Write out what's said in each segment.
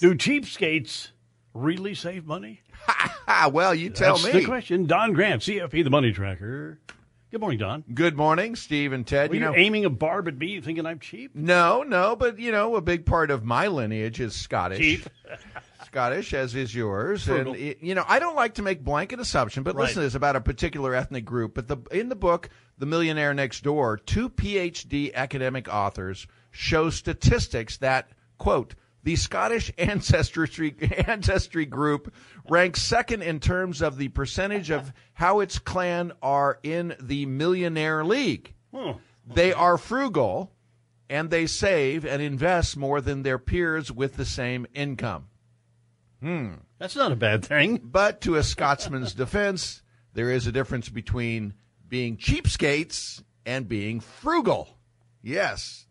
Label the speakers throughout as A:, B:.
A: Do cheapskates really save money?
B: Ah, well, you tell
A: That's
B: me.
A: the question. Don Grant, CFP, the money tracker. Good morning, Don.
B: Good morning, Steve and Ted.
A: Were you,
B: you know,
A: aiming a barb at me thinking I'm cheap?
B: no, no, but you know, a big part of my lineage is Scottish.
A: Cheap.
B: Scottish, as is yours,
A: Frugal.
B: and it, you know, I don't like to make blanket assumption, but
A: Right.
B: listen, to this about a particular ethnic group. But the in the book, The Millionaire Next Door, two PhD academic authors show statistics that quote. The Scottish ancestry ancestry group ranks second in terms of the percentage of how its clan are in the millionaire league.
A: Huh.
B: They are frugal and they save and invest more than their peers with the same income.
A: That's not a bad thing.
B: But to a Scotsman's defense, there is a difference between being cheapskates and being frugal. Yes.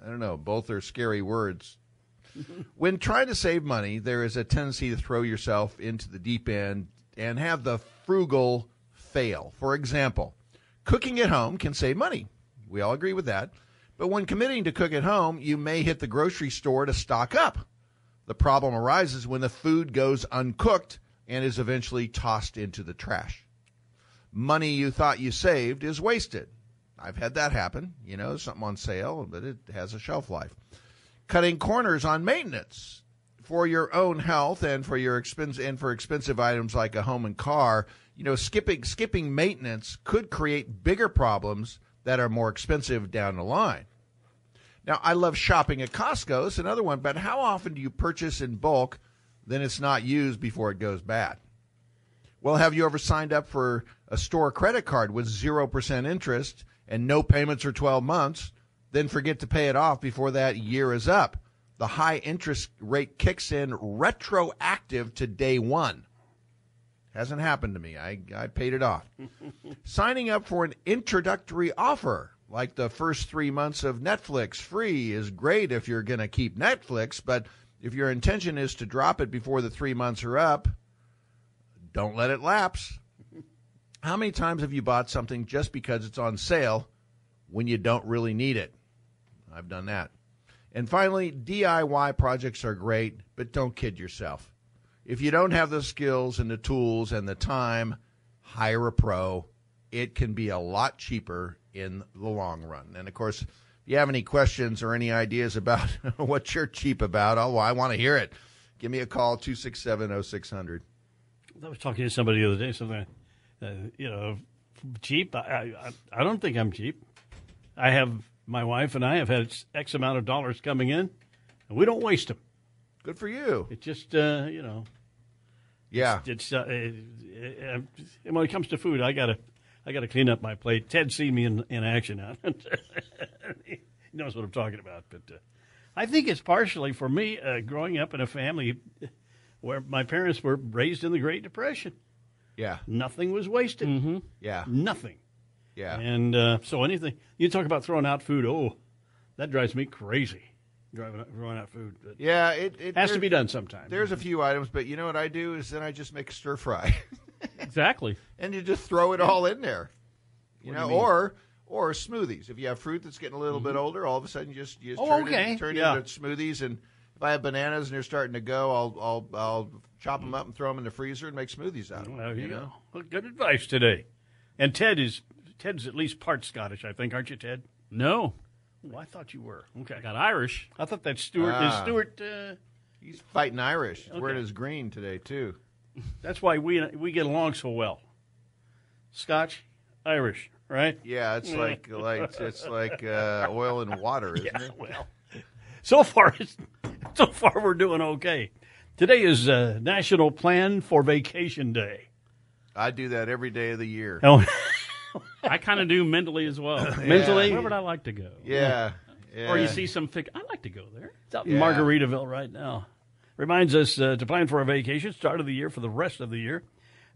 B: I don't know. Both are scary words. when trying to save money, there is a tendency to throw yourself into the deep end and have the frugal fail. For example, cooking at home can save money. We all agree with that. But when committing to cook at home, you may hit the grocery store to stock up. The problem arises when the food goes uncooked and is eventually tossed into the trash. Money you thought you saved is wasted. I've had that happen. You know, something on sale, but it has a shelf life. Cutting corners on maintenance for your own health and for your expense and for expensive items like a home and car, you know, skipping skipping maintenance could create bigger problems that are more expensive down the line. Now, I love shopping at Costco. It's another one, but how often do you purchase in bulk, then it's not used before it goes bad? Well, have you ever signed up for a store credit card with 0% interest and no payments for 12 months, then forget to pay it off before that year is up? The high interest rate kicks in retroactive to day one. Hasn't happened to me. I, I paid it off signing up for an introductory offer like the first three months of Netflix free is great if you're going to keep Netflix, but if your intention is to drop it before the three months are up, don't let it lapse. How many times have you bought something just because it's on sale when you don't really need it? I've done that. And finally, DIY projects are great, but don't kid yourself. If you don't have the skills and the tools and the time, hire a pro. It can be a lot cheaper in the long run. And of course, if you have any questions or any ideas about what you're cheap about, oh, I want to hear it. Give me a call, 267 0600.
A: I was talking to somebody the other day, something, uh, you know, cheap. I, I, I- I don't think I'm cheap. I have, my wife and I have had X amount of dollars coming in, and we don't waste them.
B: Good for you.
A: It just, uh, you know,
B: Yeah.
A: it's uh, it, it, it- when it comes to food, I gotta I gotta clean up my plate. Ted's seen me in, in action now; he knows what I'm talking about. But uh, I think it's partially for me uh, growing up in a family where my parents were raised in the Great Depression.
B: Yeah.
A: Nothing was wasted.
B: Yeah.
A: Nothing.
B: Mm-hmm. Yeah.
A: And uh, so anything you talk about throwing out food, oh, that drives me crazy. Driving throwing out food but it
B: Yeah. It, it
A: has to
B: there-
A: be done sometime.
B: There's a few items, but you know what I do is then I just make stir fry.
C: Exactly.
B: and you just throw it all in there. You know, or or smoothies. If you have fruit that's getting a little bit older, all of a sudden you just you just
A: Mm-hmm. Oh,
B: turn,
A: okay.
B: it, turn
A: Yeah.
B: it into smoothies. And if I have bananas and they're starting to go, I'll I'll I'll chop them up and throw them in the freezer and make smoothies out of them.
A: There you go. Mm. Well, good advice today. And Ted is Ted's at least part Scottish, I think, aren't you, Ted?
C: No,
A: Oh, I thought you were. Okay,
C: got Irish.
A: I thought that Stuart is
B: Ah.
A: Stuart. Uh,
B: He's fighting Irish. He's Wearing
A: Okay.
B: his green today too.
A: that's why we we get along so well. Scotch, Irish, right?
B: Yeah, it's like like it's like uh, oil and water, isn't it?
A: Well, so far, it's- so far we're doing okay. Today is uh, National Plan for Vacation Day.
B: I do that every day of the year.
A: Oh,
C: I kind of do mentally as well.
A: Mentally?
C: where would I like to go?
B: Yeah. yeah.
C: Or you see some fic. I like to go there.
A: it's out in
B: Yeah.
A: Margaritaville right now. Reminds us uh, to plan for a vacation, start of the year for the rest of the year.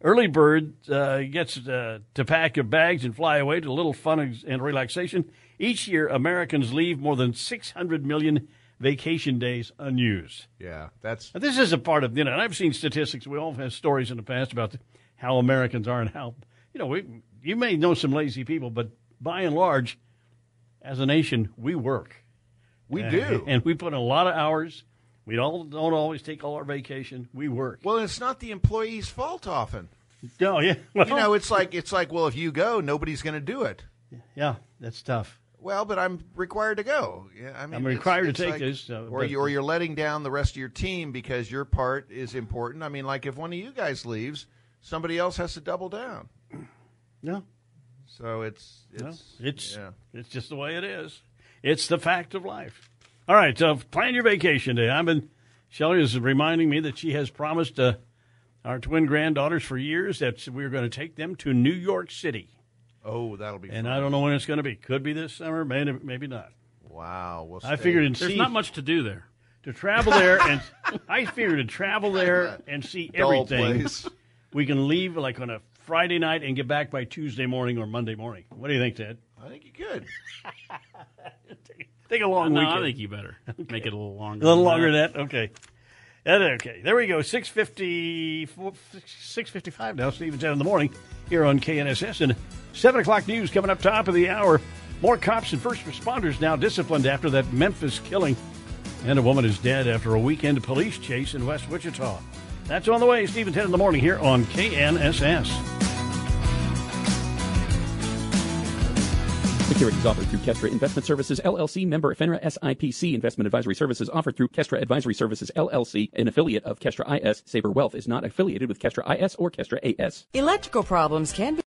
A: Early bird uh, gets uh, to pack your bags and fly away to a little fun ex- and relaxation. Each year, Americans leave more than 600 million vacation days unused.
B: Yeah, that's
A: Now, this is a part of, you know, and I've seen statistics. We all have stories in the past about the, how Americans are and how, you know, we, you may know some lazy people, but by and large, as a nation, we work.
B: we
A: Uh,
B: do.
A: And we put in a lot of hours. We all don't always take all our vacation. We work.
B: Well, it's not the employee's fault often.
A: No, yeah. Well,
B: You know, it's like it's like, well, if you go, nobody's going to do it.
A: yeah, that's tough.
B: Well, but I'm required to go. Yeah, I mean,
A: I'm required to take
B: like-
A: this, uh,
B: or
A: but-
B: you, or you're letting down the rest of your team because your part is important. I mean, like if one of you guys leaves, somebody else has to double down.
A: No,
B: So it's it's
A: no. It's
B: yeah.
A: it's just the way it is. It's the fact of life. All right, so plan your vacation day. I've been Shelley is reminding me that she has promised uh, our twin granddaughters for years that we are going to take them to New York City,
B: oh that'll be
A: and
B: fun.
A: I don't know when it's going to be. Could be this summer, maybe maybe not.
B: wow. We'll
A: I
B: stay-
A: figured in
C: There's
A: see
C: not much to do there.
A: to travel there, and I figured to travel there and see
B: dull
A: everything.
B: place.
A: We can leave like on a Friday night and get back by Tuesday morning or Monday morning. What do you think, Ted?
B: I think you could.
A: Take a long
C: No,
A: weekend.
C: I think you better make it a little longer.
A: a little longer than that. Okay. That- okay. There we go. 650, 655 now. Stephen's out in the morning here on KNSS. And 7 o'clock news coming up top of the hour. More cops and first responders now disciplined after that Memphis killing. And a woman is dead after a weekend police chase in West Wichita. That's on the way. Stephen 10 in the morning here on KNSS.
D: Securities offered through Kestra Investment Services LLC, member FINRA SIPC. Investment advisory services offered through Kestra Advisory Services LLC, an affiliate of Kestra IS. Saber Wealth is not affiliated with Kestra IS or Kestra AS.
E: Electrical problems can be